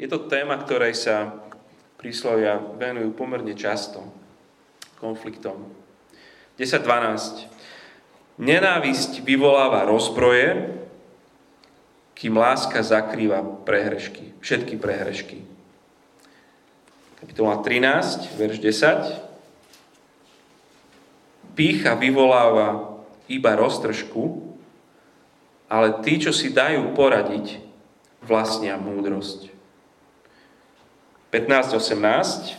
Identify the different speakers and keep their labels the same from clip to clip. Speaker 1: Je to téma, ktorej sa príslovia venujú pomerne často konfliktom. 10.12. Nenávisť vyvoláva rozbroje, kým láska zakrýva prehrešky, všetky prehrešky. Kapitola 13, verš 10. Pícha vyvoláva iba roztržku, ale tí, čo si dajú poradiť, vlastnia múdrosť. 15.18.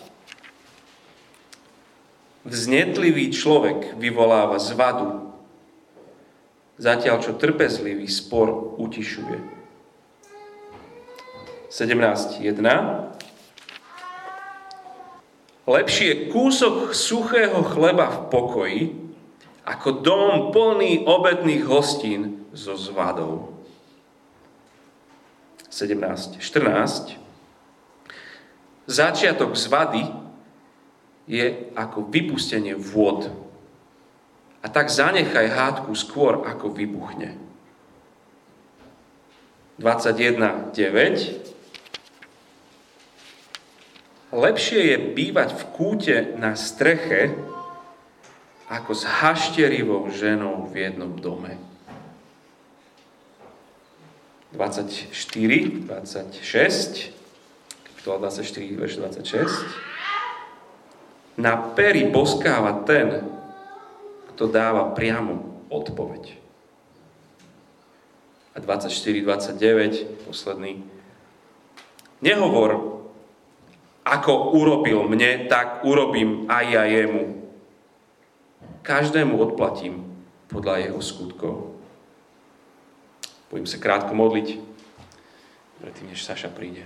Speaker 1: Vznetlivý človek vyvoláva zvadu, zatiaľ čo trpezlivý spor utišuje. 17.1. Lepšie je kúsok suchého chleba v pokoji, ako dom plný obedných hostín so zvadou. 17. 14. Začiatok zvady je ako vypustenie vôd a tak zanechaj hádku skôr, ako vybuchne. 21.9. Lepšie je bývať v kúte na streche, ako s hašterivou ženou v jednom dome. 24, 26, kapitola 24, verš 26. Na peri boskáva ten, to dáva priamu odpoveď. A 24-29, posledný. Nehovor, ako urobil mne, tak urobím aj ja jemu. Každému odplatím podľa jeho skutkov. Budem sa krátko modliť, predtým, než Saša príde.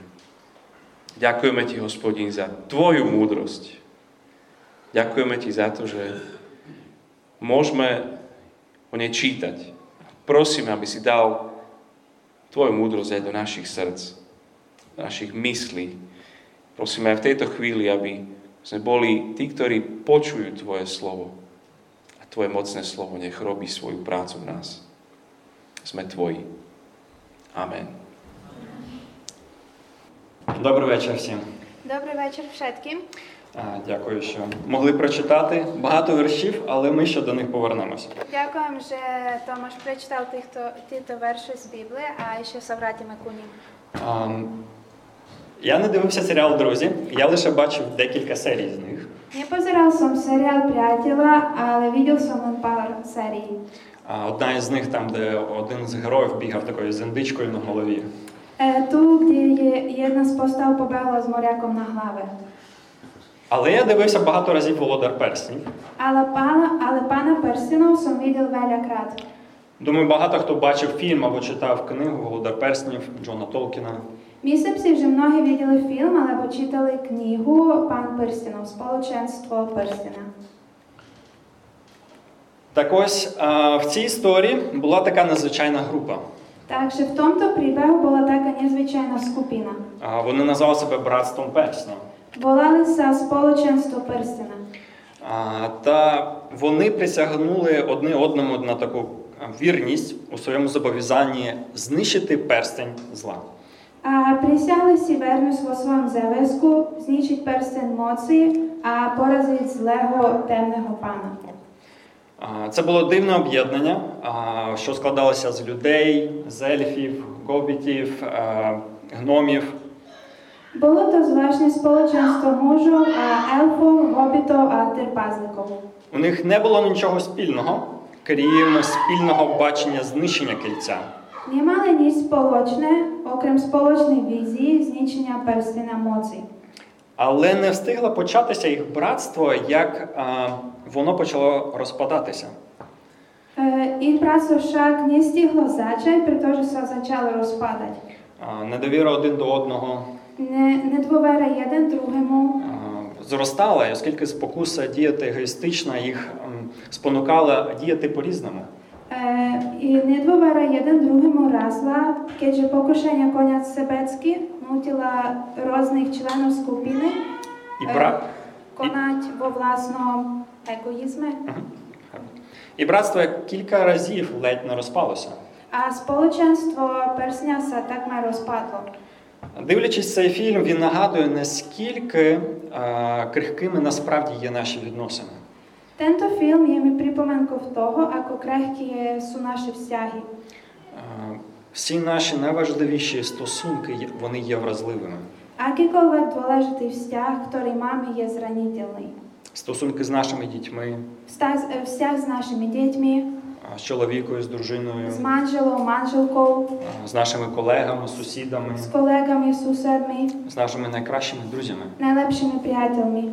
Speaker 1: Ďakujeme Ti, hospodin, za Tvoju múdrosť. Ďakujeme Ti za to, že môžeme o nej čítať. Prosím, aby si dal Tvoju múdrosť aj do našich srdc, do našich myslí. Prosím aj v tejto chvíli, aby sme boli tí, ktorí počujú Tvoje slovo. A Tvoje mocné slovo nech robí svoju prácu v nás. Sme Tvoji. Amen.
Speaker 2: Добрий вечір всім.
Speaker 3: Добрий вечір всім.
Speaker 2: А, Дякую, що могли прочитати багато віршів, але ми ще до них повернемося.
Speaker 3: Дякуємо, що Томаш прочитав тих, хто ті то верші з Біблії, а ще Савраті Макуні.
Speaker 2: А, я не дивився серіал Друзі, я лише бачив декілька серій з них.
Speaker 3: Не позирав сам серіал «Приятіла», але видів сам пару серій.
Speaker 2: А, одна із них там, де один з героїв бігав такою з індичкою на голові.
Speaker 3: Е, Ту, де є єдна з постав побігла з моряком на глави.
Speaker 2: Але я дивився багато разів володар перснів.
Speaker 3: Але пана, але пана Персінов сам видів веля крат.
Speaker 2: Думаю, багато хто бачив фільм або читав книгу Володар перснів Джона Толкіна.
Speaker 3: Місяці всі вже многі виділи фільм, але почитали книгу «Пан Персінов. Сполученство Персіна».
Speaker 2: Так ось а, в цій історії була така надзвичайна група.
Speaker 3: Takže v tomto príbehu bola taká nezvyčajná skupina.
Speaker 2: А, вони назвали себе братством персня.
Speaker 3: Volali sa spoločenstvo prstena.
Speaker 2: А, Та вони присягнули одне одному на таку а, вірність у своєму зобов'язанні знищити перстень зла.
Speaker 3: A prisiahli si vernosť vo svojom záväzku zničiť prsten moci a poraziť zlého temného pána.
Speaker 2: А, Це було дивне об'єднання, а, що складалося з людей, з ельфів, гобітів, а, гномів.
Speaker 3: Bolo to zvláštne spoločenstvo mužov a elfov, hobitov a trpázlikov.
Speaker 2: У них не було нічого спільного, крім спільного бачення знищення кільця.
Speaker 3: Nemali nič spoločné, okrem spoločnej vízie zničenia prstena moci.
Speaker 2: Але не встигло початися їх братство, як а, воно почало розпадатися.
Speaker 3: E, ich práca však nestihlo začať, pretože sa začalo rozpadať.
Speaker 2: А, Недовіра один до одного,
Speaker 3: Ne, nedôvera jeden druhému,
Speaker 2: е, зростала, і оскільки спокуса діяти егоїстично їх м, спонукала діяти по-різному.
Speaker 3: E, I nedôvera jeden druhému rásla, keďže pokušenia koňať sebecky nutila rôznych členov skupiny
Speaker 2: І,
Speaker 3: Е.
Speaker 2: бра...
Speaker 3: konať vo vlastnom egoizme.
Speaker 2: і братство кілька разів ледь не розпалося.
Speaker 3: A spoločenstvo Persňa sa takmer rozpadlo.
Speaker 2: Дивлячись цей фільм, він нагадує, наскільки а, крихкими насправді є наші відносини.
Speaker 3: Tento film je mi pripomenkov toho, ako krehké sú naše vzťahy.
Speaker 2: А, Е, всі наші найважливіші стосунки є- вони є вразливими.
Speaker 3: Akýkoľvek dôležitý vzťah, ktorý máme, je zraniteľný.
Speaker 2: Стосунки з нашими дітьми,
Speaker 3: Vzťah, s- eh, vzťah s našimi deťmi,
Speaker 2: а, з чоловікою, з дружиною,
Speaker 3: s manželou, manželkou,
Speaker 2: а, з нашими колегами, сусідами,
Speaker 3: s kolegami, susedmi,
Speaker 2: з нашими найкращими друзями.
Speaker 3: najlepšími priateľmi.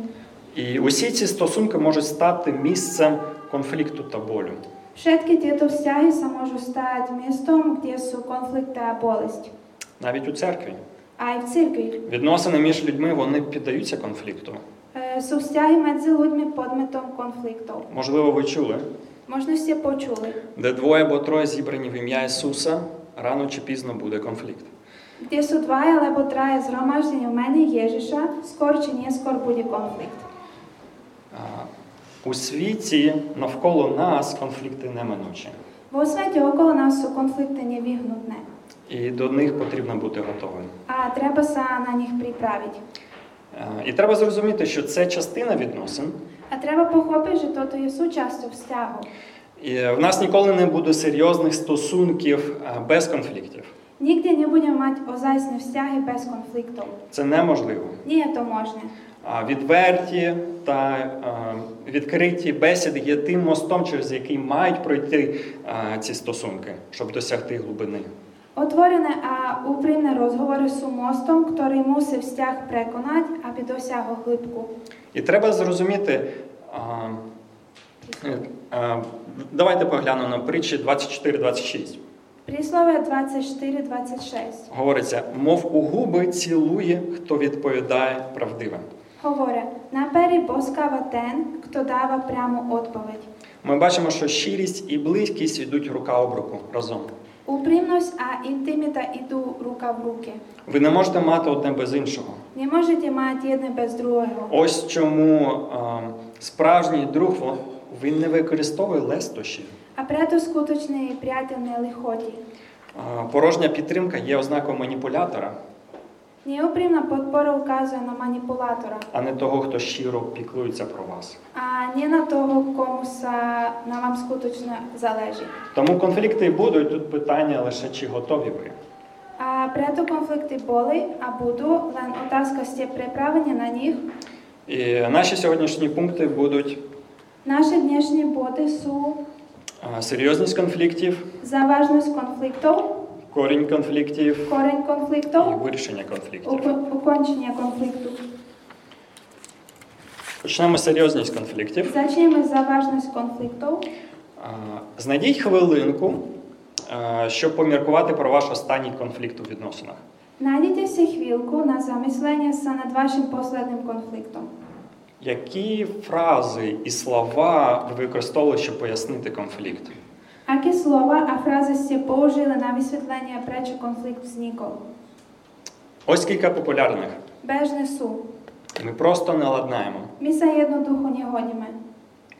Speaker 2: І усі ці стосунки можуть стати місцем конфлікту та болю.
Speaker 3: Všetky tieto vzťahy sa môžu stať miestom, kde sú konflikty a bolesť.
Speaker 2: Навіть у церкві
Speaker 3: Aj v cirkvi.
Speaker 2: відносини між людьми вони піддаються конфлікту.
Speaker 3: E, Sú vzťahy medzi ľuďmi podmetom конфликтов.
Speaker 2: Можливо, ви чули,
Speaker 3: Možno ste počuli,
Speaker 2: де двоє або троє зібрані в ім'я Ісуса, рано чи пізно буде конфлікт.
Speaker 3: kde sú dvaja alebo traja zhromaždení v mene Ježiša, skôr či neskôr bude konflikt.
Speaker 2: А, У світі навколо нас конфлікти неминучі,
Speaker 3: Vo svete okolo nás sú konflikty nevyhnutné
Speaker 2: і до них потрібно бути готовим.
Speaker 3: a treba sa na nich pripraviť.
Speaker 2: А, І треба зрозуміти, що це частина відносин,
Speaker 3: A treba pochopiť, že toto je súčasťou vzťahu.
Speaker 2: і в нас ніколи не буде серйозних стосунків а, без конфліктів.
Speaker 3: Nikde nebudeme mať ozajstné vzťahy bez konfliktov.
Speaker 2: Це неможливо.
Speaker 3: Nie je to možné.
Speaker 2: А відверті та е, відкриті бесіди є тим мостом, через який мають пройти е, ці стосунки, щоб досягти глибини.
Speaker 3: Otvorené a úprimné rozhovory sú mostom, ktorý musí vzťah prekonať, aby dosiahol hĺbku.
Speaker 2: І треба зрозуміти. е, е, е, Давайте поглянемо на притчі 24-26.
Speaker 3: Príslove 24.26
Speaker 2: Говориться, мов у губи цілує, хто відповідає правдиво.
Speaker 3: hovorí, na pery boskáva ten, kto dáva priamu odpoveď.
Speaker 2: Ми бачимо, що щирість і близькість йдуть рука об руку разом.
Speaker 3: Úprimnosť a intimita idú ruka v ruke.
Speaker 2: Ви не можете мати одне без іншого.
Speaker 3: Nemôžete mať jedne bez druhého.
Speaker 2: Ось чому е, справжній друг во- він не використовує лестощі.
Speaker 3: A preto skutočný priateľ nelichotí.
Speaker 2: Е, порожня підтримка є ознакою маніпулятора,
Speaker 3: Neúprimná podpora ukazuje na manipulátora
Speaker 2: а не того, хто щиро піклується про вас.
Speaker 3: a nie na toho, komu sa na vám skutočne záleží.
Speaker 2: Тому конфлікти будуть тут питання лише чи готові ви.
Speaker 3: A preto konflikty boli a budú, len otázka ste pripravení na nich.
Speaker 2: І наші сьогоднішні пункти будуть
Speaker 3: Naše dnešné body sú
Speaker 2: е, серйозність конфліктів,
Speaker 3: závažnosť konfliktov,
Speaker 2: корінь конфліктів
Speaker 3: koreň
Speaker 2: і
Speaker 3: konfliktov,
Speaker 2: вирішення конфліктів.
Speaker 3: uko- ukončenie konfliktu.
Speaker 2: Почнемо з серйозність конфліктів.
Speaker 3: Začneme závažnosť konfliktov.
Speaker 2: Е, Знайдіть хвилинку, е, щоб поміркувати про ваш останній конфлікт у відносинах.
Speaker 3: Nájdete si chvíľku na zamyslenie sa nad vašim posledným konfliktom.
Speaker 2: Які фрази і слова ви використовували, щоб пояснити конфлікт?
Speaker 3: Aké slova a fráze ste použili na vysvetlenie, prečo konflikt vznikol?
Speaker 2: Ось кілька популярних.
Speaker 3: Bežné sú.
Speaker 2: Ми просто не ладнаємо,
Speaker 3: My sa jednoducho nehodíme.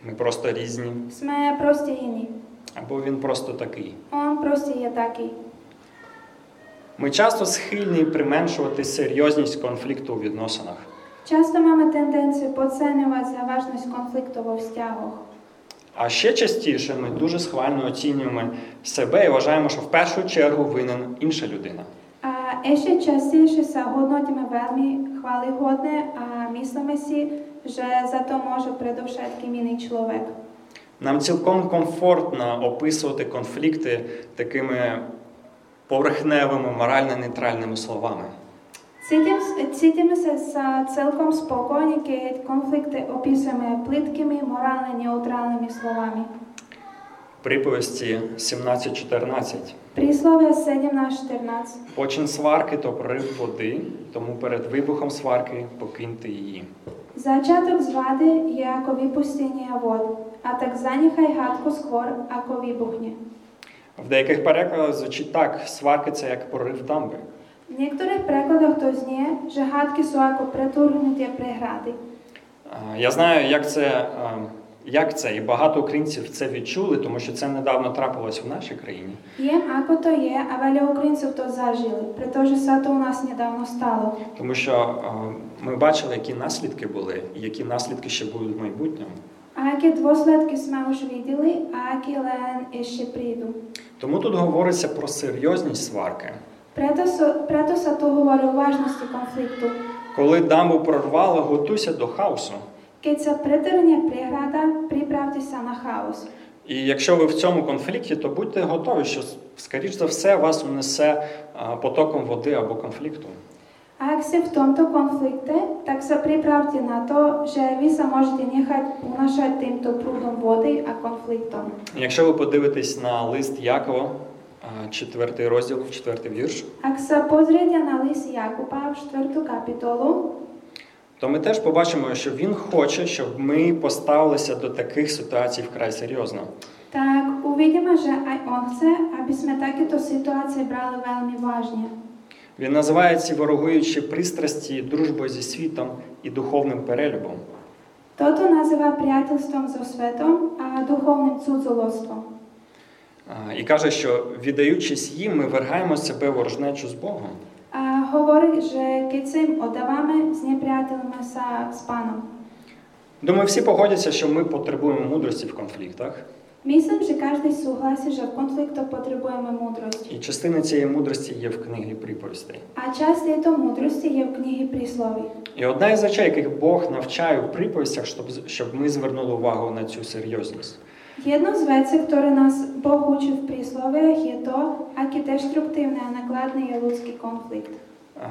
Speaker 2: ми просто різні,
Speaker 3: Sme proste iní.
Speaker 2: або він просто такий.
Speaker 3: On proste je taký.
Speaker 2: Ми часто схильні применшувати серйозність конфлікту у відносинах.
Speaker 3: Často máme tendenciu podceňovať závažnosť konfliktov vo vzťahoch.
Speaker 2: А ще частіше ми дуже схвально оцінюємо себе і вважаємо, що в першу чергу винен інша людина.
Speaker 3: A ešte častejšie sa hodnotíme veľmi chválihodne a myslíme si, že za to môže predovšetkým iný človek.
Speaker 2: Нам цілком комфортно описувати конфлікти такими поверхневими, морально нейтральними словами.
Speaker 3: Cítim, cítime sa, sa celkom spokojne, keď konflikty opisujeme plitkými, morálne neutrálnymi slovami.
Speaker 2: Приповісті 17.14.
Speaker 3: Príslovia 17.14.
Speaker 2: Почин сварки то прорив води, тому перед вибухом сварки покиньте її.
Speaker 3: Začiatok zvady je ako vypustenie vod, a tak zanechaj hádku skôr, ako vybuchne.
Speaker 2: В деяких перекладах звучить так: сварки це як прорив дамби.
Speaker 3: V niektorých prekladoch to znie, že hádky sú ako pretrhnutie prehrady.
Speaker 2: Е, Я знаю, як це е, Як це? І багато українців це відчули, тому що це недавно трапилось в нашій країні.
Speaker 3: Jem ako to je, a veľa Ukrajincov to zažili, pretože sa to u nás nedávno stalo.
Speaker 2: Тому що е, ми бачили, які наслідки були, і які наслідки ще будуть в майбутньому.
Speaker 3: A aké dôsledky sme už videli a aké len ešte prídu.
Speaker 2: Тому тут говориться про серйозність сварки.
Speaker 3: Preto, so, preto sa tu hovorí o vážnosti konfliktu.
Speaker 2: Коли дамбу прорвали, готуйся до хаосу.
Speaker 3: Keď sa pretrhne priehrada, pripravte sa na chaos.
Speaker 2: І якщо ви в цьому конфлікті, то будьте готові, що скоріш за все вас унесе е, потоком води або конфлікту.
Speaker 3: A ak ste v tomto konflikte, tak sa pripravte na to, že vy sa môžete nechať unašať týmto prúdom vody a konfliktom.
Speaker 2: Якщо ви подивитесь на лист Якова, е, четвертий розділ, четвертий вірш,
Speaker 3: Ak sa pozriete na list Jakuba v 4. kapitolu,
Speaker 2: то ми теж побачимо, що він хоче, щоб ми поставилися до таких ситуацій вкрай серйозно.
Speaker 3: tak uvidíme, že aj on chce, aby sme takéto situácie brali veľmi vážne.
Speaker 2: Він називає ці ворогуючі пристрасті дружбою зі світом і духовним перелюбом.
Speaker 3: Toto nazýva priateľstvom so svetom a duchovným cudzolostvom.
Speaker 2: Е, І каже, що віддаючись їм, ми вергаємо себе ворожнечу з Богом.
Speaker 3: A hovorí, že keď sa im oddávame, znepriateľme sa s pánom.
Speaker 2: Думаю, всі погодяться, що ми потребуємо мудрості в конфліктах.
Speaker 3: Myslím, že každý súhlasí, že v konfliktoch potrebujeme múdrosť.
Speaker 2: І частина цієї мудрості є в книгі приповістей.
Speaker 3: A časť tejto múdrosti je v knihy prísloví.
Speaker 2: І одна із речей, яких Бог навчає в приповістях, щоб, з- щоб ми звернули увагу на цю серйозність.
Speaker 3: Jednou z vecí, ktoré nás Boh učí v prísloviach, je to, aký deštruktívny a nakladný je ľudský konflikt.
Speaker 2: Е,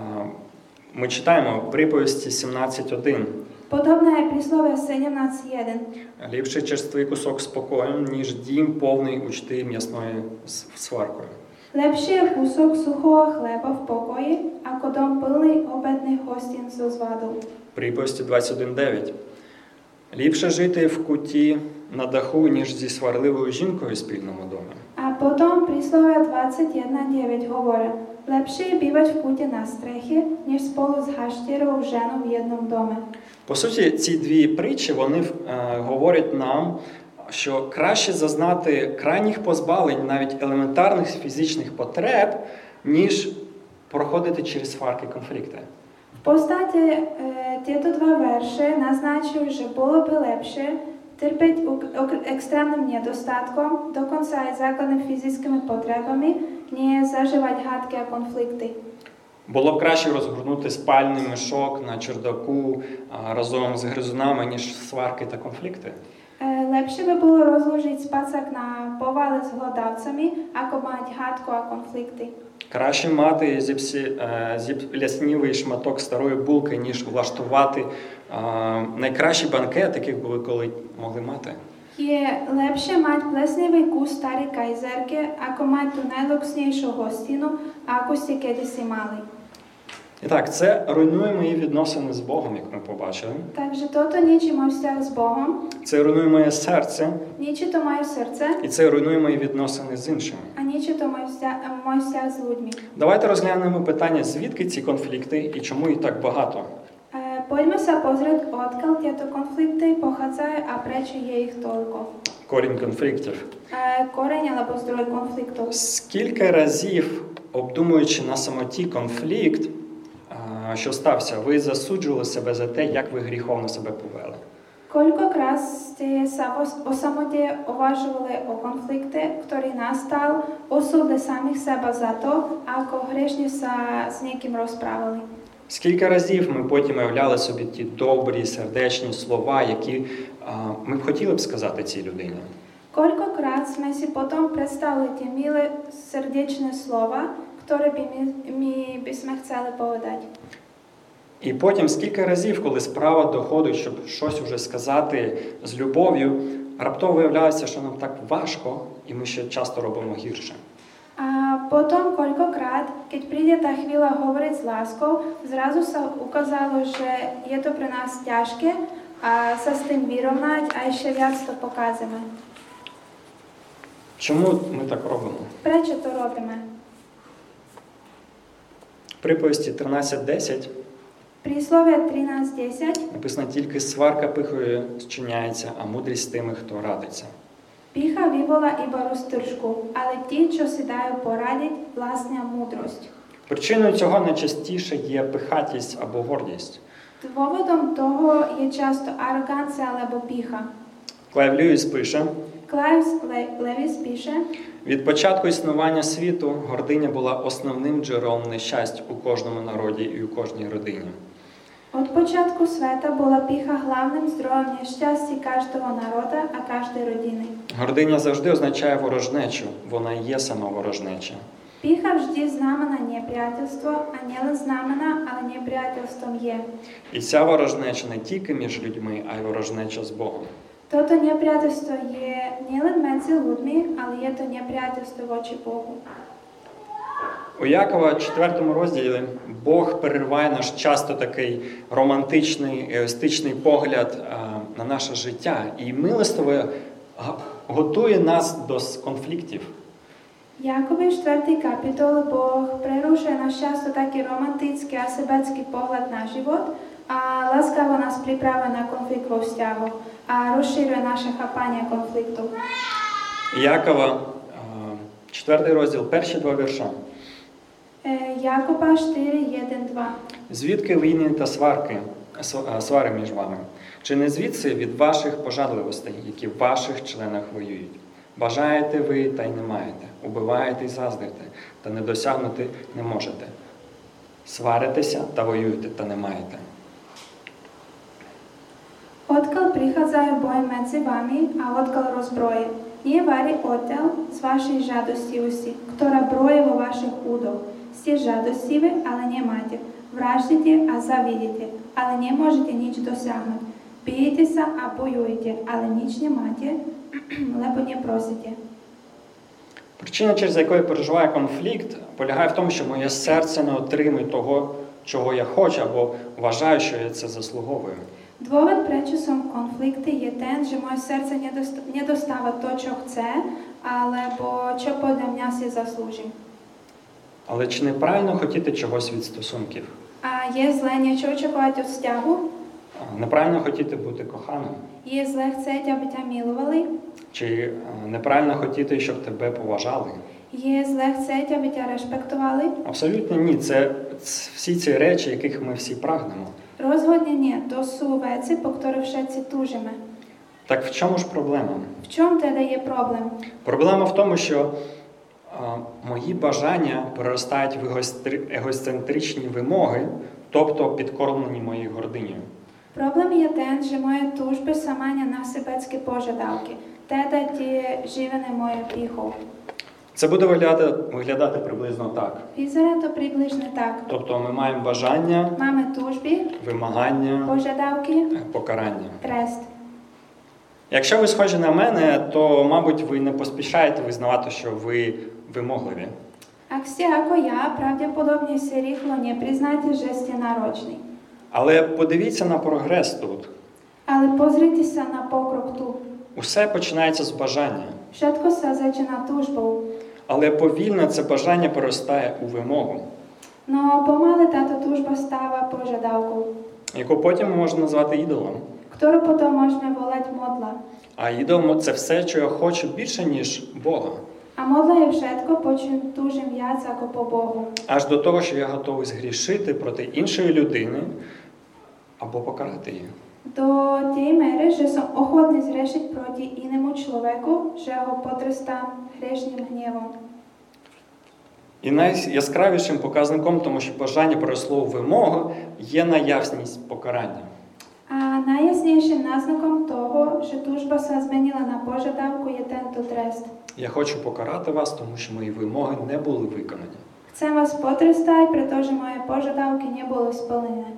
Speaker 2: Ми читаємо приповісті 17.1.
Speaker 3: Podobné je príslovie 17.1.
Speaker 2: Ліпше черствий кусок спокою, ніж дім повний учти м'ясною с- сваркою.
Speaker 3: Lepšie je kúsok suchého chleba v pokoji, ako dom plný obedných hostín so zvadou.
Speaker 2: Приповісті 21.9. Ліпше жити в куті на даху, ніж зі сварливою жінкою в спільному домі.
Speaker 3: A potom príslovia 21.9 hovoria, lepšie je bývať v kúte na streche, než spolu s haštierou ženou v jednom dome.
Speaker 2: По суті, ці дві притчі вони е, говорять нам, що краще зазнати крайніх позбавлень навіть елементарних фізичних потреб, ніж проходити через сварки конфлікти.
Speaker 3: V podstate e, tieto dva verše naznačujú, že bolo by lepšie trpeť uk- ok- extrémnym nedostatkom, dokonca aj základnými fyzickými potrebami, nie zažívať hádky a konflikty.
Speaker 2: Було б краще розгорнути спальний мішок на чердаку а, разом з гризунами, ніж сварки та конфлікти.
Speaker 3: E, Lepšie by bolo rozložiť spacák na povale s hlodavcami, ako mať hádku a konflikty.
Speaker 2: Краще мати зіпсі, е, зіп- ляснівий шматок старої булки, ніж влаштувати е, найкращий банкет, яких би ви коли могли мати.
Speaker 3: Je lepšie mať plesnivý kus starej kajzerke, ako mať tú najluxnejšiu hostinu, ako ste kedysi mali.
Speaker 2: І так, це руйнує мої відносини з Богом, як ми побачили.
Speaker 3: Takže toto ničí môj vzťah s Bohom,
Speaker 2: Це руйнує моє серце,
Speaker 3: Niečo to moje srdce
Speaker 2: і це руйнує мої відносини з іншими.
Speaker 3: a niečo to môj vzťah, môj vzťah s ľuďmi.
Speaker 2: Давайте розглянемо питання, звідки ці конфлікти і чому їх так багато.
Speaker 3: E, poďme sa pozrieť, odkiaľ tieto konflikty pochádzajú a prečo je ich toľko.
Speaker 2: Корінь конфліктів.
Speaker 3: E, koreň alebo zdroj konfliktov.
Speaker 2: Скільки разів, обдумуючи на самоті конфлікт, а, що стався, ви засуджували себе за те, як ви гріховно себе повели.
Speaker 3: Koľkokrát ste sa o, o samote uvažovali o konflikte, ktorý nastal, osudli samých seba za to, ako hriešne sa s niekým rozprávali.
Speaker 2: Скільки разів ми потім уявляли собі ті добрі, сердечні слова, які а, ми б хотіли б сказати цій людині.
Speaker 3: Koľkokrát sme si potom predstavili tie milé srdečné slova, ktoré by my, my by sme chceli povedať.
Speaker 2: І потім скільки разів, коли справа доходить, щоб щось уже сказати з любов'ю, раптово виявляється, що нам так важко, і ми ще часто робимо гірше.
Speaker 3: A potom koľkokrát, keď príde tá chvíľa hovoriť s láskou, zrazu sa ukázalo, že je to pre nás ťažké a sa s tým vyrovnať a ešte viac to pokážeme.
Speaker 2: Чому ми так робимо?
Speaker 3: Prečo to robíme?
Speaker 2: В Приповісті 13.10
Speaker 3: Príslovia 13.10
Speaker 2: Написано тільки сварка пихою зчиняється, а мудрість тими, хто радиться.
Speaker 3: Pícha vyvolá iba roztržku, ale tí, čo si dajú poradiť, vlastnia múdrosť.
Speaker 2: Причиною цього найчастіше є пихатість або гордість.
Speaker 3: Dôvodom toho je často arogancia alebo pícha.
Speaker 2: Клайв Льюіс пише:
Speaker 3: Clive Le- Lewis пíše,
Speaker 2: від початку існування світу гординя була основним джерелом нещасть у кожному народі і у кожній родині.
Speaker 3: od počiatku sveta bola pícha hlavným zdrojom nešťastí každého národa a každej rodiny.
Speaker 2: Гординя завжди означає ворожнечу, вона і є сама ворожнеча.
Speaker 3: Pícha vždy znamená nepriateľstvo a nielen znamená, ale nepriateľstvom je.
Speaker 2: І ця ворожнеча не тільки між людьми, а й ворожнеча з Богом.
Speaker 3: Toto nepriateľstvo je nielen medzi ľuďmi, ale je to nepriateľstvo voči Bohu.
Speaker 2: У Якова 4 розділі Бог перериває наш часто такий романтичний, егоїстичний погляд е, на наше життя і милостиво га- готує нас до с- конфліктів.
Speaker 3: Jakovi 4. kapitol Boh prerušuje náš často taký romantický a sebecký pohľad na život a láskavo nás pripravuje na konflikt vo vzťahu a rozšíruje naše chápanie konfliktu.
Speaker 2: Якова, 4 розділ, перші два вірша.
Speaker 3: E, Jakuba 4, 1, 2.
Speaker 2: Звідки війни та сварки, св- е, свари між вами? Чи не звідси від ваших пожадливостей, які в ваших членах воюють? Бажаєте ви та й не маєте, убиваєте і заздрите, та не досягнути не можете. Сваритеся та воюєте, та не маєте.
Speaker 3: Odkiaľ prichádzajú boje medzi vami a odkiaľ rozbroje? Nie varí odtiaľ z vašej žadostivosti, ktorá broje vo vašich údoch. Ste žadostiví, ale nemáte. Vraždite a zavidíte, ale nemôžete nič dosiahnuť. Bijete sa a bojujete, ale nič nemáte, lebo neprosíte.
Speaker 2: Причина, через яку я переживаю конфлікт, полягає в тому, що моє серце не отримує того, чого я хочу, або вважаю, що я це заслуговую.
Speaker 3: Dôvod, prečo som v konflikte, je ten, že moje srdce nedost- nedostáva to, čo chce, alebo čo podľa mňa si zaslúži.
Speaker 2: Але чи неправильно хотіти чогось від стосунків?
Speaker 3: A je zlé niečo očakávať od vzťahu?
Speaker 2: А, Неправильно хотіти бути коханим?
Speaker 3: Je zlé chcieť, aby ťa milovali?
Speaker 2: Чи е, неправильно хотіти, щоб тебе поважали?
Speaker 3: Je zlé chcieť, aby ťa rešpektovali?
Speaker 2: Абсолютно ні. Це ц- всі ці речі, яких ми всі прагнемо.
Speaker 3: Rozhodne nie. To sú veci, po ktorých všetci túžime.
Speaker 2: Так в чому ж проблема?
Speaker 3: V čom teda je problém?
Speaker 2: Проблема в тому, що е, мої бажання переростають в егоїстри- егоїсцентричні вимоги, тобто підкормлені моєю гординею.
Speaker 3: Problém je ten, že moje túžby sa mania na sebecké požiadavky, teda tie živené moje pýchou.
Speaker 2: Це буде виглядати, виглядати приблизно так.
Speaker 3: Vyzerá to približne tak.
Speaker 2: Тобто ми маємо бажання,
Speaker 3: Máme túžby,
Speaker 2: вимагання,
Speaker 3: požiadavky,
Speaker 2: е, покарання.
Speaker 3: trest.
Speaker 2: Якщо ви схожі на мене, то, мабуть, ви не поспішаєте визнавати, що ви вимогливі.
Speaker 3: Ak ste ako ja, pravdepodobne si rýchlo nepriznáte, že ste nároční.
Speaker 2: Але подивіться на прогрес тут.
Speaker 3: Ale pozrite sa na pokrok tu.
Speaker 2: Усе починається з бажання,
Speaker 3: Všetko sa začína túžbou,
Speaker 2: але повільно це бажання переростає у вимогу,
Speaker 3: no pomaly táto túžba stáva požiadavkou,
Speaker 2: яку потім можна назвати ідолом.
Speaker 3: ktorú potom môžeme volať modla.
Speaker 2: А ідол це все, що я хочу більше, ніж Бога,
Speaker 3: A modla je všetko, po čom túžim viac ako po Bohu.
Speaker 2: аж до того, що я готовий згрішити проти іншої людини або покарати її.
Speaker 3: Do tej mere, že som ochotný zrešiť proti inému človeku, že ho potrestám hriešným hnevom.
Speaker 2: І найяскравішим показником, тому що бажання переросло у вимогу, є наявність покарання.
Speaker 3: A najjasnejším náznakom toho, že túžba sa zmenila na požiadavku, je tento trest.
Speaker 2: Я хочу покарати вас, тому що мої вимоги не були виконані.
Speaker 3: Chcem vás potrestať, pretože moje požiadavky neboli splnené.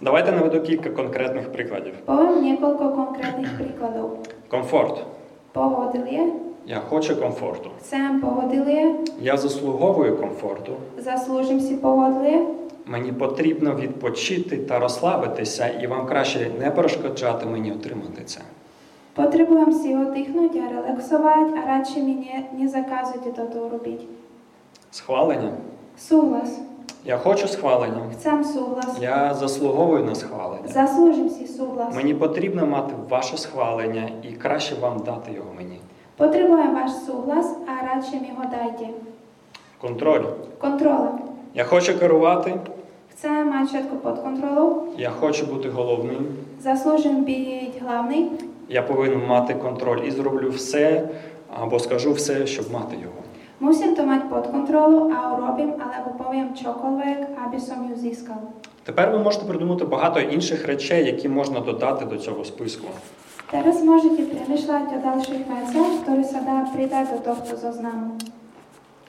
Speaker 2: Давайте наведу кілька конкретних прикладів.
Speaker 3: Poviem niekoľko konkrétnych príkladov.
Speaker 2: Комфорт.
Speaker 3: Pohodlie.
Speaker 2: Я хочу комфорту.
Speaker 3: Chcem pohodlie,
Speaker 2: Я заслуговую комфорту.
Speaker 3: zaslúžim si pohodlie.
Speaker 2: Мені потрібно відпочити та розслабитися, і вам краще не перешкоджати мені отримати це.
Speaker 3: Potrebujem si oddychnúť a relaxovať a radšej mi ne, nezakazujte toto urobiť.
Speaker 2: Схвалення.
Speaker 3: Súhlas.
Speaker 2: Я хочу schwalenia.
Speaker 3: Chcem súhlas.
Speaker 2: Я заслуговую на схвалення.
Speaker 3: Zaslúžim si súhlas.
Speaker 2: Мені потрібно мати ваше схвалення і краще вам дати його мені.
Speaker 3: Potrebujem váš súhlas a radšej mi ho dajte.
Speaker 2: Контроль.
Speaker 3: Kontrola.
Speaker 2: Я хочу керувати,
Speaker 3: Chcem mať všetko pod kontrolou.
Speaker 2: я хочу бути головним,
Speaker 3: Zaslúžim byť hlavný.
Speaker 2: я повинен мати контроль і зроблю все або скажу все, щоб мати його.
Speaker 3: Musím to mať pod kontrolou a urobím alebo poviem čokoľvek, aby som ju získal.
Speaker 2: Тепер ви можете придумати багато інших речей, які можна додати до цього списку.
Speaker 3: Teraz môžete premyšľať o ďalších veciach, ktoré sa dá pridať do tohto zoznamu.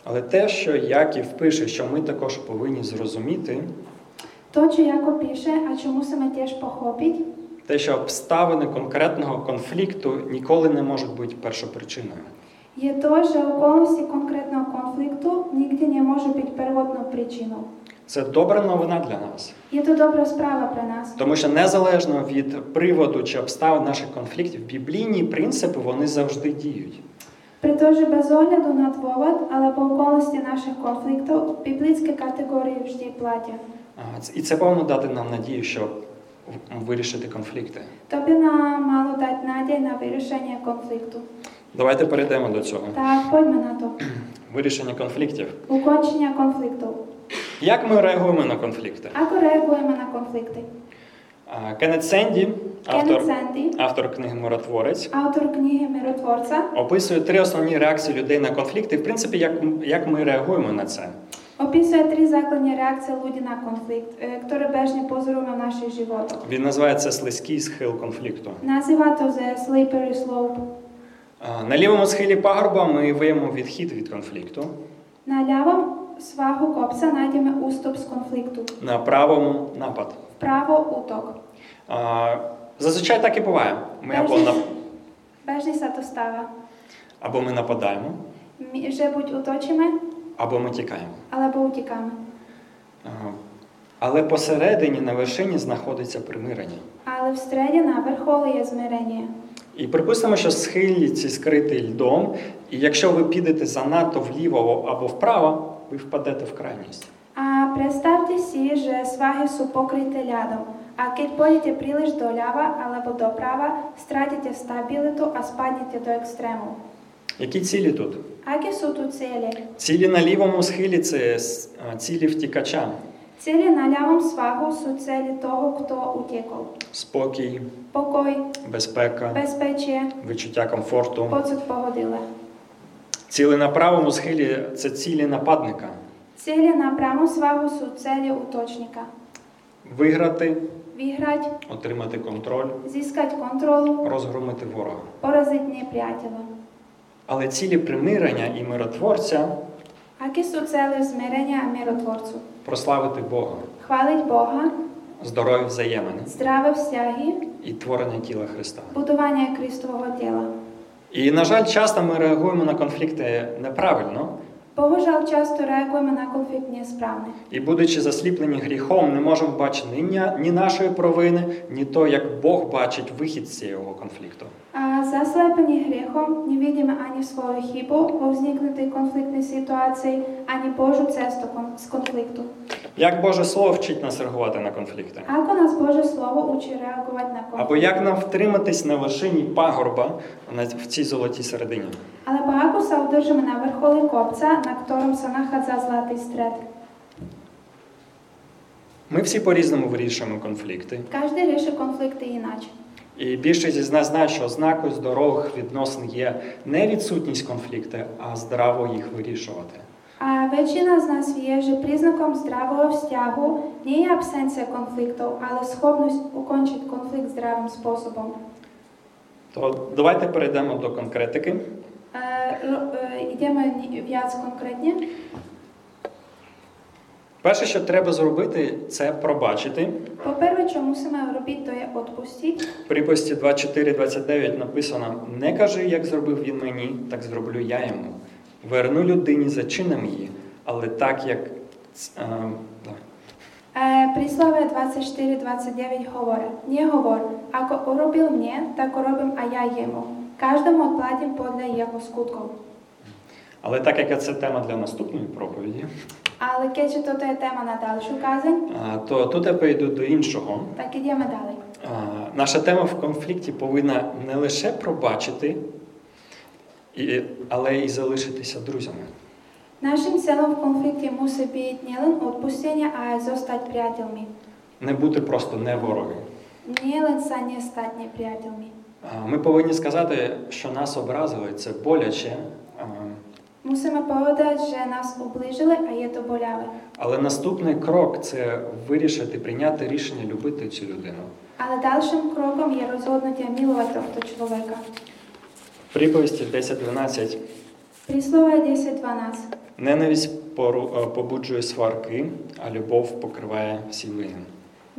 Speaker 2: Але те, що Яків пише, що ми також повинні зрозуміти,
Speaker 3: To, čo Jako píše a čo musíme tiež pochopiť,
Speaker 2: те, що обставини конкретного конфлікту ніколи не можуть бути першопричиною.
Speaker 3: je to, že okolnosti konkrétneho konfliktu nikdy nemôžu byť prvotnou príčinou.
Speaker 2: Це добра новина для нас,
Speaker 3: Je to dobrá správa pre nás,
Speaker 2: тому що незалежно від приводу чи обставин наших конфліктів, біблійні принципи вони завжди діють.
Speaker 3: pretože bez ohľadu na dôvod alebo okolnosti našich konfliktov biblické kategórie vždy platia.
Speaker 2: А, ц- І це повинно дати нам надію, щоб в- вирішити конфлікти.
Speaker 3: To by nám malo dať nádej na vyriešenie konfliktu.
Speaker 2: Давайте перейдемо до цього.
Speaker 3: Tak, poďme na to.
Speaker 2: Вирішення конфліктів.
Speaker 3: Ukončenia konfliktov.
Speaker 2: Як ми реагуємо на конфлікти?
Speaker 3: Ako reagujeme na konflikty?
Speaker 2: А, Кеннет Сенді,
Speaker 3: Kenneth
Speaker 2: автор,
Speaker 3: Sandy,
Speaker 2: автор книги Миротворець,
Speaker 3: autor knihy Mirotvorca,
Speaker 2: описує три основні реакції людей на конфлікти. В принципі, як, м- як ми реагуємо на це.
Speaker 3: opisuje tri základné reakcie ľudí na konflikt, e, ktoré bežne pozorujeme v našich životoch.
Speaker 2: Він називає це слизький схил конфлікту.
Speaker 3: Nazýva to the slippery slope.
Speaker 2: А, На лівому схилі пагорба ми виявимо відхід від конфлікту,
Speaker 3: Na ľavom svahu kopca nájdeme ústup z konfliktu.
Speaker 2: на правому напад.
Speaker 3: Vpravo útok.
Speaker 2: А, Зазвичай так і буває. Ми або, нап-
Speaker 3: Bežne sa to stáva,
Speaker 2: або ми нападаємо,
Speaker 3: My, že buď útočíme,
Speaker 2: або ми тікаємо.
Speaker 3: alebo utekáme.
Speaker 2: А, Але посередині на вершині знаходиться примирення.
Speaker 3: Ale v strede na vrchole je zmerenie.
Speaker 2: І припустимо, що схилі ці скриті льдом, і якщо ви підете занадто вліво або вправо, ви впадете в крайність.
Speaker 3: A predstavte si, že svahy sú pokryté ľadom. A keď pôjdete príliš doľava alebo doprava, strátite stabilitu a spadnete do extrému.
Speaker 2: Які цілі тут?
Speaker 3: Aké sú tu ciele?
Speaker 2: Цілі на лівому схилі це с- а, цілі втікача,
Speaker 3: Ciele na ľavom svahu sú ciele toho, kto utekol.
Speaker 2: спокій,
Speaker 3: Pokoj,
Speaker 2: безпека,
Speaker 3: bezpečie,
Speaker 2: відчуття комфорту.
Speaker 3: pocit pohodyle.
Speaker 2: Цілі на правому схилі це цілі нападника.
Speaker 3: Ciele na pravom svahu sú ciele útočníka.
Speaker 2: Виграти,
Speaker 3: Vyhrať,
Speaker 2: отримати контроль,
Speaker 3: získať kontrolu,
Speaker 2: розгромити ворога.
Speaker 3: poraziť nepriateľa.
Speaker 2: Але цілі примирення і миротворця
Speaker 3: Aké sú ciele zmerenia a mierotvorcu?
Speaker 2: прославити Бога,
Speaker 3: Chváliť Boha,
Speaker 2: здорові взаємини
Speaker 3: Zdravé vzťahy,
Speaker 2: і творення тіла Христа.
Speaker 3: budovanie Kristovho tela.
Speaker 2: І, на жаль, часто ми реагуємо на конфлікти неправильно,
Speaker 3: Bohužiaľ často reagujeme na konflikt nesprávne.
Speaker 2: і, будучи засліплені гріхом, не можемо бачити ні, ня- ні нашої провини, ні то, як Бог бачить вихід з цього конфлікту.
Speaker 3: A zaslepení hriechom nevidíme ani svoju chybu vo vzniknutej konfliktnej situácii, ani Božu cestu kon- z konfliktu.
Speaker 2: Як Боже Слово вчить нас реагувати на конфлікти?
Speaker 3: Ako nás Bože slovo učí reagovať na
Speaker 2: Або
Speaker 3: konflikt?
Speaker 2: як нам втриматись на вершині пагорба на- в цій золотій середині?
Speaker 3: Alebo ako sa udržíme na vrchole kopca, na ktorom sa nachádza zlatý stred.
Speaker 2: Ми всі по-різному вирішуємо конфлікти.
Speaker 3: Každý rieši konflikty ináč.
Speaker 2: І більшість із нас знає, що ознакою здорових відносин є не відсутність конфлікту, а здраво їх вирішувати.
Speaker 3: A väčšina z nás vie, že príznakom zdravého vzťahu nie je absencia konfliktov, ale schopnosť ukončiť konflikt zdravým spôsobom.
Speaker 2: То давайте перейдемо до конкретики.
Speaker 3: E, ro- e, ideme ni- viac konkrétne.
Speaker 2: Перше, що треба зробити, це пробачити.
Speaker 3: Poprvé, čo musíme robiť, to je odpustiť.
Speaker 2: В приписі 24-29 написано: Не кажи, як зробив він мені, так зроблю я йому. Верну людині за чином її, але так як ц- е, да.
Speaker 3: E, príslovie 24.29 hovorí, nehovor, ako urobil mne, tak urobím aj ja jemu. Každému odplatím podľa jeho skutkov.
Speaker 2: але так як це тема для наступної проповіді,
Speaker 3: Ale keďže toto je téma na ďalšiu kázeň,
Speaker 2: А, е, то тут я перейду до іншого.
Speaker 3: tak ideme ďalej.
Speaker 2: А, наша тема в конфлікті повинна не лише пробачити, і, але й залишитися друзями.
Speaker 3: Našim cieľom v konflikte musí byť nielen odpustenie, a aj zostať priateľmi.
Speaker 2: Не бути просто не вороги.
Speaker 3: Nielen sa nestať nepriateľmi.
Speaker 2: А, Ми повинні сказати, що нас образили, це боляче, а,
Speaker 3: Musíme povedať, že nás ublížili a je to boľavé.
Speaker 2: але наступний крок це вирішити, прийняти рішення любити цю людину.
Speaker 3: Ale ďalším krokom je rozhodnutie milovať tohto človeka.
Speaker 2: Приповісті 10.12.
Speaker 3: Príslova 10.12.
Speaker 2: Ненависть пору- е, побуджує сварки, а любов покриває всі вини.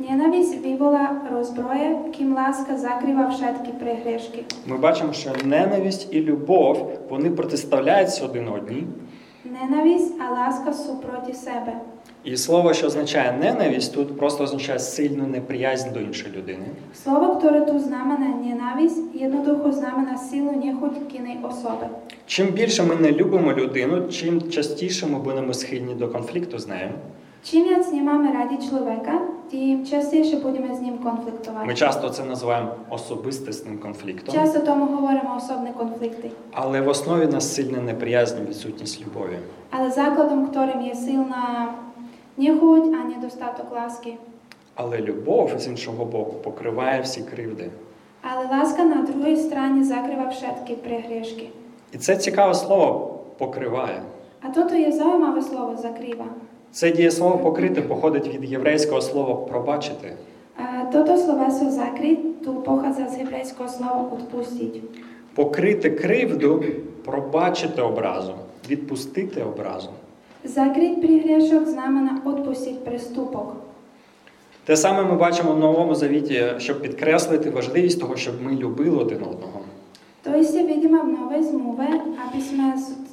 Speaker 3: Nenávisť vyvolá rozbroje, kým láska zakrýva všetky prehriešky.
Speaker 2: Ми бачимо, що ненависть і любов вони протиставляються один одній.
Speaker 3: Nenávisť a láska sú proti sebe.
Speaker 2: І слово, що означає ненависть, тут просто означає сильну неприязнь до іншої людини.
Speaker 3: Slovo, ktoré tu znamená nenávisť, jednoducho znamená silu nechuť k inej osobe.
Speaker 2: Чим більше ми не любимо людину, чим частіше ми будемо схильні до конфлікту з нею.
Speaker 3: Čím viac nemáme radi človeka, tým častejšie budeme s ním
Speaker 2: Ми
Speaker 3: konfliktovať.
Speaker 2: часто це називаємо особистісним конфліктом,
Speaker 3: Často tomu hovoríme osobné konflikty.
Speaker 2: але в основі нас сильна неприязнь, відсутність любові.
Speaker 3: Ale základom, ktorým je silná nechuť a nedostatok lásky.
Speaker 2: Але любов з іншого боку покриває всі кривди.
Speaker 3: Ale láska na druhej strane zakrýva všetky prehriešky.
Speaker 2: І це цікаве слово покриває.
Speaker 3: A toto je zaujímavé slovo zakrýva.
Speaker 2: Це дієслово покрити походить від єврейського слова пробачити.
Speaker 3: A toto sloveso zakryť tu pochádza z hebrejského slova odpustiť.
Speaker 2: Покрити кривду, пробачити образу, відпустити образу.
Speaker 3: Zakryť prihriešok znamená odpustiť prestupok.
Speaker 2: Те саме ми бачимо в новому завіті, щоб підкреслити важливість того, щоб ми любили один одного.
Speaker 3: To isté vidíme v novej zmluve, aby sme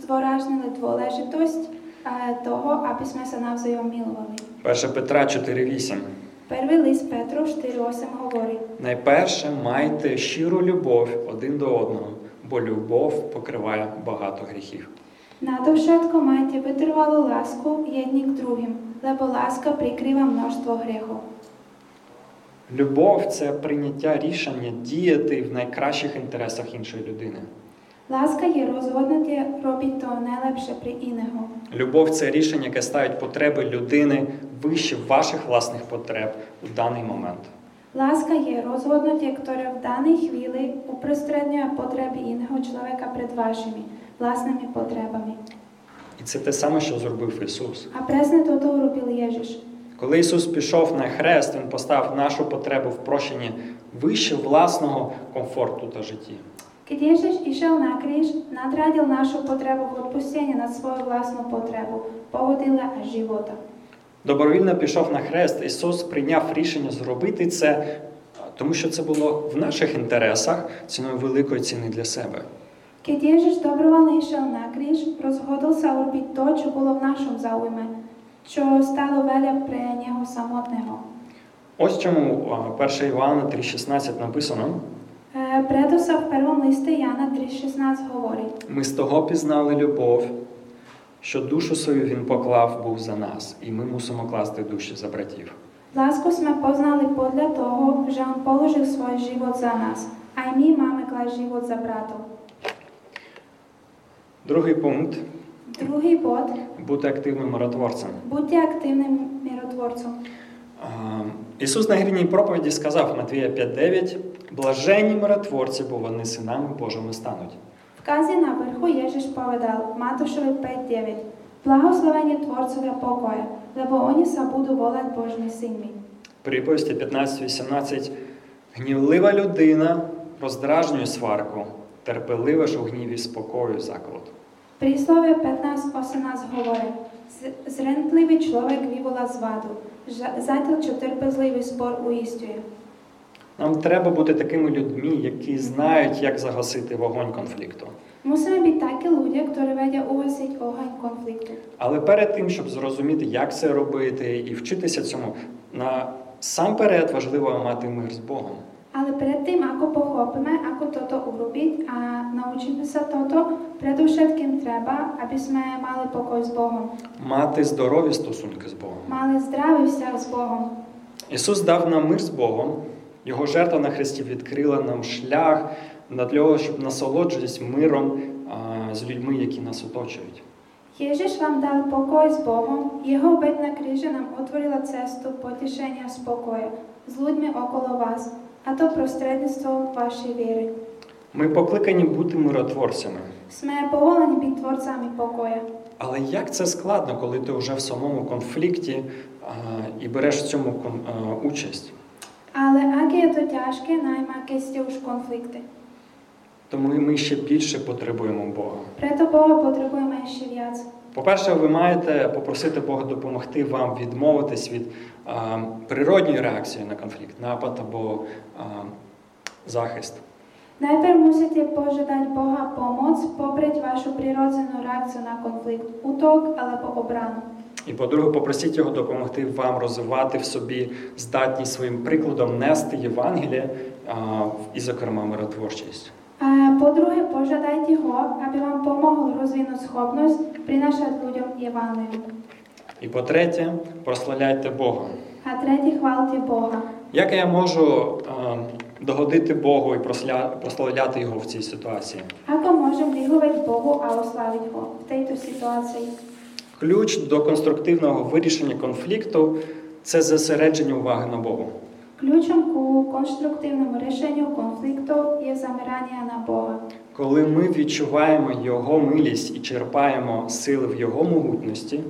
Speaker 3: zdôraznili dôležitosť eh, toho, aby sme sa navzájom milovali.
Speaker 2: 1 Петра 4,8.
Speaker 3: Prvý list Petru 4.8 hovorí
Speaker 2: Найперше майте щиру любов один до одного, бо любов покриває багато гріхів.
Speaker 3: Na to všetko majte vytrvalú lásku jedni k druhým, lebo láska prikrýva množstvo hriechov.
Speaker 2: Любов це прийняття рішення діяти в найкращих інтересах іншої людини.
Speaker 3: Láska je rozhodnutie robiť to najlepšie pri iného.
Speaker 2: Любов це рішення, яке ставить потреби людини вище ваших власних потреб у даний момент.
Speaker 3: Láska je rozhodnutie, ktoré v danej chvíli uprostredňuje potreby iného človeka pred vašimi vlastnými potrebami.
Speaker 2: І це те саме, що зробив Ісус.
Speaker 3: A presne toto urobil Ježiš.
Speaker 2: Коли Ісус пішов на хрест, Він поставив нашу потребу в прощенні вище власного комфорту та житті.
Speaker 3: Keď Ježiš išiel na kríž, nadradil našu potrebu v odpustení na svoju vlastnú potrebu, pohodlia a života.
Speaker 2: Добровільно пішов на хрест, Ісус прийняв рішення зробити це, е, тому що це було в наших інтересах ціною великої ціни для себе.
Speaker 3: Keď Ježiš dobrovoľne išiel na kríž, rozhodol sa urobiť to, čo bolo v našom záujme, čo stalo veľa pre neho samotného. E,
Speaker 2: Ось чому е, 1 Івана 3,16 написано:
Speaker 3: E, preto sa v prvom liste Jana 3.16 hovorí,
Speaker 2: Ми з того пізнали любов, що душу свою він поклав був за нас, і ми мусимо класти душі за братів.
Speaker 3: Lásku sme poznali podľa toho, že on položil svoj život za nás. Aj my máme klásť život za bratov.
Speaker 2: Другий пункт
Speaker 3: Druhý bod,
Speaker 2: бути активним миротворцем.
Speaker 3: buďte aktívnym mierotvorcom.
Speaker 2: А, Ісус на грінній проповіді сказав Матвія 5.9 Блаженні миротворці, бо вони синами Божими стануть.
Speaker 3: V kaze na vrchu Ježiš povedal Matúšovi 5.9 Blahoslovenie tvorcovia pokoja, lebo oni sa budú volať Božmi synmi.
Speaker 2: Приповісті 15.18 Гнівлива людина роздражнює сварку, терпелива ж у гніві спокою заклад.
Speaker 3: Príslovie 15.18 hovorí "Z- Zrentlivý človek vyvolá zvadu, ža- zatiaľ čo trpezlivý spor uistuje.
Speaker 2: Нам треба бути такими людьми, які знають, як загасити вогонь конфлікту.
Speaker 3: Musíme byť takí ľudia, ktorí vedia uhasiť oheň konfliktu.
Speaker 2: Але перед тим, щоб зрозуміти, як це робити і вчитися цьому, насамперед важливо мати мир з Богом.
Speaker 3: Ale predtým, ako pochopíme, ako toto urobiť a naučíme sa toto, predovšetkým treba, aby sme mali pokoj s Bohom,
Speaker 2: мати здорові стосунки з Богом.
Speaker 3: mali zdravý vzťah s Bohom.
Speaker 2: Ісус дав нам мир з Богом, Його жертва на Христі відкрила нам шлях для того, щоб насолоджуватись миром а, з людьми, які нас оточують.
Speaker 3: Ježiš vám dal pokoj s Bohom, jeho obeď na kríže nám otvorila cestu potešenia a spokoja s ľuďmi okolo vás, a to prostredníctvom vašej viery.
Speaker 2: Ми покликані бути миротворцями.
Speaker 3: Sme povolení byť tvorcami pokoja.
Speaker 2: Але як це складно, коли ти вже в самому конфлікті а, і береш в цьому кон- а, участь?
Speaker 3: Ale aké je to ťažké, najmä keď ste už v konflikte.
Speaker 2: Тому ми ще більше потребуємо Бога.
Speaker 3: Preto Boha potrebujeme ešte viac.
Speaker 2: По-перше, ви маєте попросити Бога допомогти вам відмовитись від а, природньої реакції на конфлікт, напад або а, захист.
Speaker 3: Najprv musíte požiadať Boha pomoc poprieť vašu prirodzenú reakciu na konflikt, útok alebo obranu.
Speaker 2: І по-друге, попросіть його допомогти вам розвивати в собі здатність своїм прикладом нести Євангеліє а, і, зокрема, миротворчість.
Speaker 3: A po druhé, požiadajte ho, aby vám pomohol rozvinúť schopnosť prinášať ľuďom evanelium.
Speaker 2: І по-третє, прославляйте Бога.
Speaker 3: A tretie, chválte Boha.
Speaker 2: Як я можу а, догодити Богу і просля- прославляти Його в цій ситуації?
Speaker 3: Ako môžem vyhovať Bohu a osláviť ho v tejto situácii?
Speaker 2: Ключ до конструктивного вирішення конфлікту це зосередження уваги на Богу.
Speaker 3: Kľúčom ku konštruktívnemu riešeniu konfliktov je zameranie na Boha.
Speaker 2: Коли ми відчуваємо Його милість і черпаємо сили в Його могутності,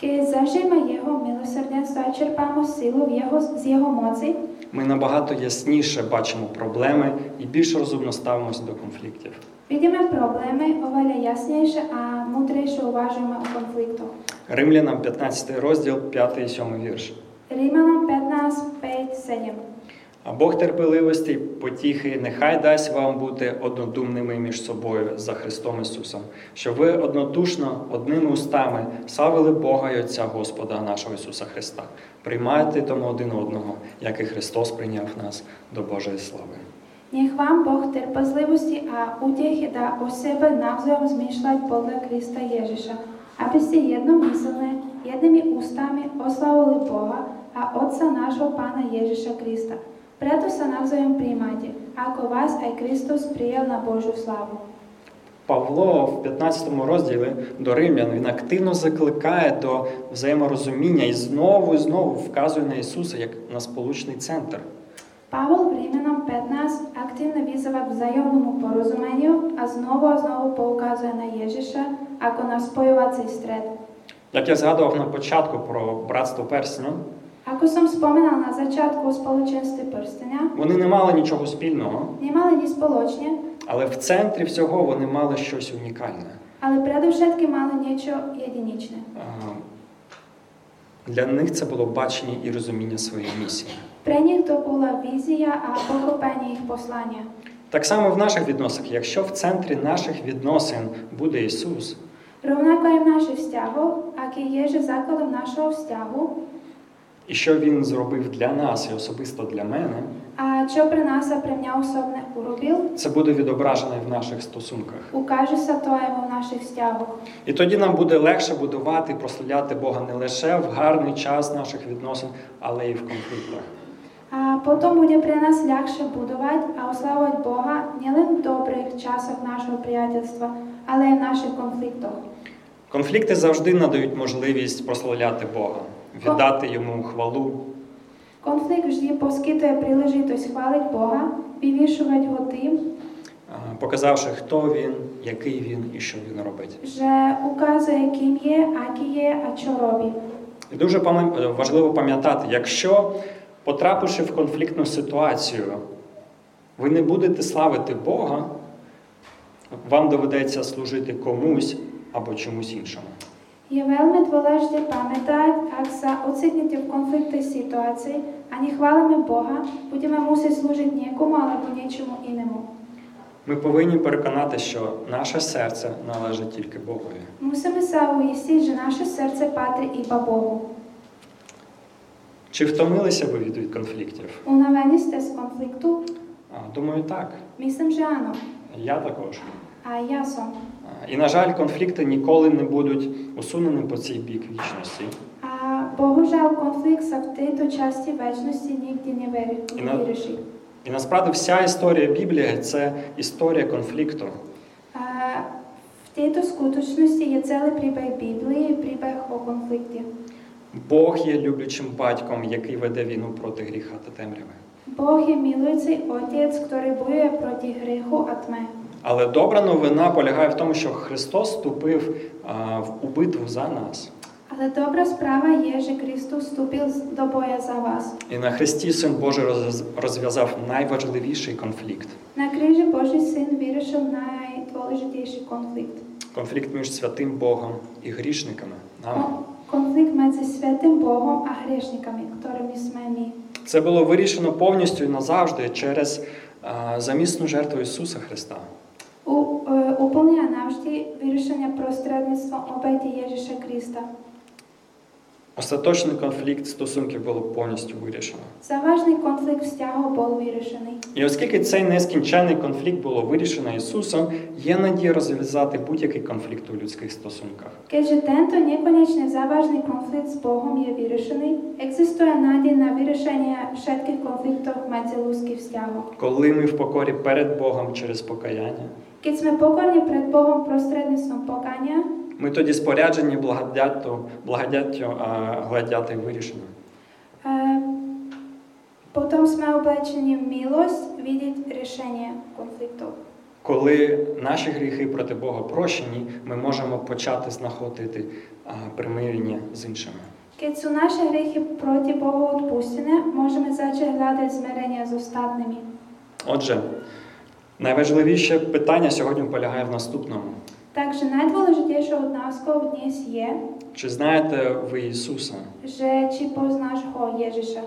Speaker 3: Keď zažijeme Jeho milosrdenstvo a čerpáme silu v jeho, z Jeho moci,
Speaker 2: ми набагато ясніше бачимо проблеми і більш розумно ставимося до конфліктів.
Speaker 3: vidíme problémy oveľa jasnejšie a múdrejšie uvažujeme o konfliktoch.
Speaker 2: Римлянам 15 розділ, 5 і 7 вірш.
Speaker 3: Rímanom 15, 5, 7.
Speaker 2: А Бог терпеливості, й потіхи, нехай дасть вам бути однодумними між собою за Христом Ісусом, щоб ви однодушно одними устами славили Бога і Отця Господа нашого Ісуса Христа. Приймайте тому один одного, як і Христос прийняв нас до Божої слави.
Speaker 3: Nech vám Boh trpezlivosti a útechy dá o sebe navzájom zmýšľať podľa Krista Ježiša, aby ste jednomyselné, jednými ústami oslavili Boha a Otca nášho Pána Ježiša Krista. Preto sa navzájom príjmajte, ako vás aj Kristus prijal na Božiu slávu.
Speaker 2: Павло в 15 розділі до Римлян він активно закликає до взаєморозуміння і знову і знову вказує на Ісуса як на сполучний центр.
Speaker 3: Павел v Rímanom 15 aktívne vyzýva k vzájomnému porozumeniu a znovu a znovu poukazuje na Ježiša ako na spojovací stred.
Speaker 2: Як я згадував на початку про братство персню,
Speaker 3: Ako som spomínal na začiatku o spoločenstve prstenia,
Speaker 2: Вони не мали нічого спільного,
Speaker 3: Nemali nič spoločne,
Speaker 2: але в центрі всього вони мали щось унікальне.
Speaker 3: ale predovšetkým mali niečo jedinečné.
Speaker 2: А, Для них це було бачення і розуміння своєї місії.
Speaker 3: Pre nich to bola vízia a pochopenie ich poslania.
Speaker 2: Так само в наших відносинах, якщо в центрі наших відносин буде Ісус,
Speaker 3: Rovnako aj v našich vzťahoch, aký je, že základom našho vzťahu
Speaker 2: і що Він зробив для нас і особисто для мене,
Speaker 3: a čo pre nás a pre mňa osobne urobil,
Speaker 2: це буде відображено і в наших стосунках.
Speaker 3: ukáže sa to aj vo našich vzťahoch.
Speaker 2: І тоді нам буде легше будувати і прославляти Бога не лише в гарний час наших відносин, але й в конфліктах.
Speaker 3: A potom bude pre nás ľahšie budovať a oslavovať Boha nielen v dobrých časoch nášho priateľstva, ale aj v našich konfliktoch.
Speaker 2: Конфлікти завжди надають можливість прославляти Бога, віддати йому хвалу.
Speaker 3: Konflikt vždy poskytuje príležitosť chváliť Boha, vyvyšovať ho tým,
Speaker 2: а, е, показавши, хто він, який він і що він робить.
Speaker 3: že ukazuje, kým je, aký je a čo robí.
Speaker 2: І дуже пам'я- е, важливо пам'ятати, якщо потрапивши в конфліктну ситуацію, ви не будете славити Бога, вам доведеться служити комусь або чомусь іншому.
Speaker 3: Je veľmi dôležité pamätať, ak sa ocitnete v konfliktnej situácii a nechválime Boha, budeme musieť slúžiť niekomu alebo niečomu inému.
Speaker 2: Ми повинні переконати, що наше серце належить тільки Богові.
Speaker 3: Musíme sa uistiť, že naše srdce patrí iba Bohu.
Speaker 2: Чи втомилися ви від, від конфліктів?
Speaker 3: Unaveni ste z konfliktu?
Speaker 2: А, Думаю, так.
Speaker 3: Mislim, že áno.
Speaker 2: Я також.
Speaker 3: A ja som.
Speaker 2: А, І, на жаль, конфлікти ніколи не будуть усунені по цей бік вічності.
Speaker 3: A bohužiaľ konflikt sa v tejto časti väčšnosti nikdy neveri-
Speaker 2: Iná-
Speaker 3: nevyrieši.
Speaker 2: І насправді вся історія Біблії це історія конфлікту.
Speaker 3: A v tejto skutočnosti je celý príbeh Biblie, príbeh o konflikte.
Speaker 2: Бог є люблячим батьком, який веде війну проти гріха та темряви.
Speaker 3: Boh je milujúci Otec, ktorý bojuje proti hriechu a tme.
Speaker 2: Але добра новина полягає в тому, що Христос вступив а, в- у битву за нас.
Speaker 3: Ale dobrá správa je, že Kristus vstúpil z- do boja za vás.
Speaker 2: І на Христі Син Божий роз- розв'язав найважливіший конфлікт
Speaker 3: Na kríži Boží syn vyriešil najdôležitejší konflikt.
Speaker 2: конфлікт між святим Богом і грішниками. Нами.
Speaker 3: Kon- Konflikt medzi Svetým Bohom a hriešnikami, ktorými sme my.
Speaker 2: Це було вирішено повністю і назавжди через а, замісну жертву Ісуса Христа.
Speaker 3: U, e, úplne a navždy vyriešenia prostredníctvom obeti Ježiša Krista.
Speaker 2: Остаточний конфлікт стосунків було повністю вирішено.
Speaker 3: Závažný konflikt vzťahov bol vyriešený.
Speaker 2: І оскільки цей нескінченний конфлікт було вирішено Ісусом, є надія розв'язати будь-який конфлікт у людських стосунках.
Speaker 3: Keďže tento nekonečne závažný konflikt s Bohom je vyriešený, existuje nádej na vyriešenie všetkých konfliktov medzi ľudských vzťahov.
Speaker 2: Коли ми в покорі перед Богом через покаяння,
Speaker 3: Keď sme pokorní pred Bohom prostredníctvom e, pokania,
Speaker 2: ми тоді споряджені е, благодяттю, благодяттю а, гладяти вирішення.
Speaker 3: e, potom sme oblečení v milosť vidieť riešenie konfliktov.
Speaker 2: Коли наші гріхи проти Бога прощені, ми можемо почати знаходити а, примирення з іншими.
Speaker 3: Keď sú naše hriechy proti Bohu odpustené, môžeme začať hľadať zmerenie s ostatnými.
Speaker 2: Отже, найважливіше питання сьогодні полягає в наступному:
Speaker 3: Takže najdôležitejšou otázkou dnes je,
Speaker 2: чи знаєте ви Ісуса,
Speaker 3: že či poznáš ho Ježiša,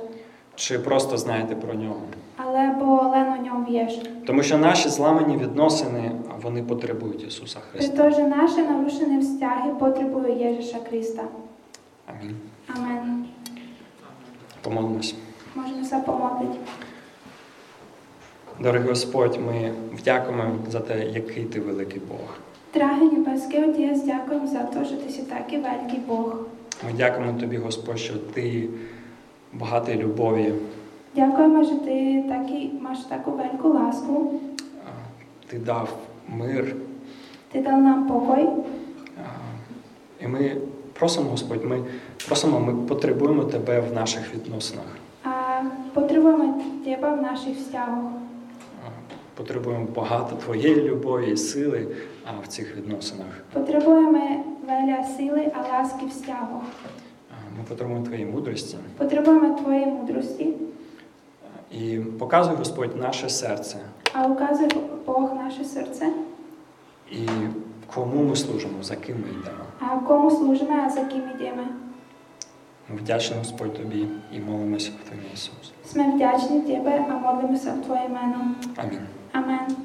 Speaker 2: чи просто знаєте про нього?
Speaker 3: alebo len o ňom vieš.
Speaker 2: Тому що наші зламані відносини вони потребують Ісуса Христа.
Speaker 3: Pretože naše narušené vzťahy potrebujú Ježiša Krista.
Speaker 2: Амінь.
Speaker 3: Amen.
Speaker 2: Помолимось.
Speaker 3: Môžeme sa pomodliť.
Speaker 2: Дорогий Господь, ми вдякуємо за те, який ти великий Бог.
Speaker 3: Drahý nebeský Otec, ďakujem za to, že Ty si taký veľký Boh.
Speaker 2: Ми дякуємо тобі, Господь, що ти багатий любові,
Speaker 3: Ďakujeme, že Ty taký, máš takú veľkú lásku.
Speaker 2: а, ти дав мир.
Speaker 3: Ty dal nám pokoj.
Speaker 2: а, І ми просимо, Господь, ми просимо, ми потребуємо тебе в наших відносинах.
Speaker 3: A potrebujeme teba v našich vzťahoch.
Speaker 2: А, Потребуємо багато твоєї любові і сили а, в цих відносинах.
Speaker 3: Potrebujeme veľa síly a lásky v vzťahoch.
Speaker 2: А, Ми потребуємо твоєї мудрості.
Speaker 3: Potrebujeme tvoje múdrosti
Speaker 2: І показуй, Господь, наше серце
Speaker 3: a ukazuje Boh naše srdce
Speaker 2: і кому ми служимо, за ким ми йдемо.
Speaker 3: a komu slúžime a za kým ideme.
Speaker 2: Ми вдячні, Господь, тобі і молимося в твоєму Ісусі.
Speaker 3: Sme vďační tebe a modlíme sa v tvoje meno.
Speaker 2: Амінь.
Speaker 3: Amen.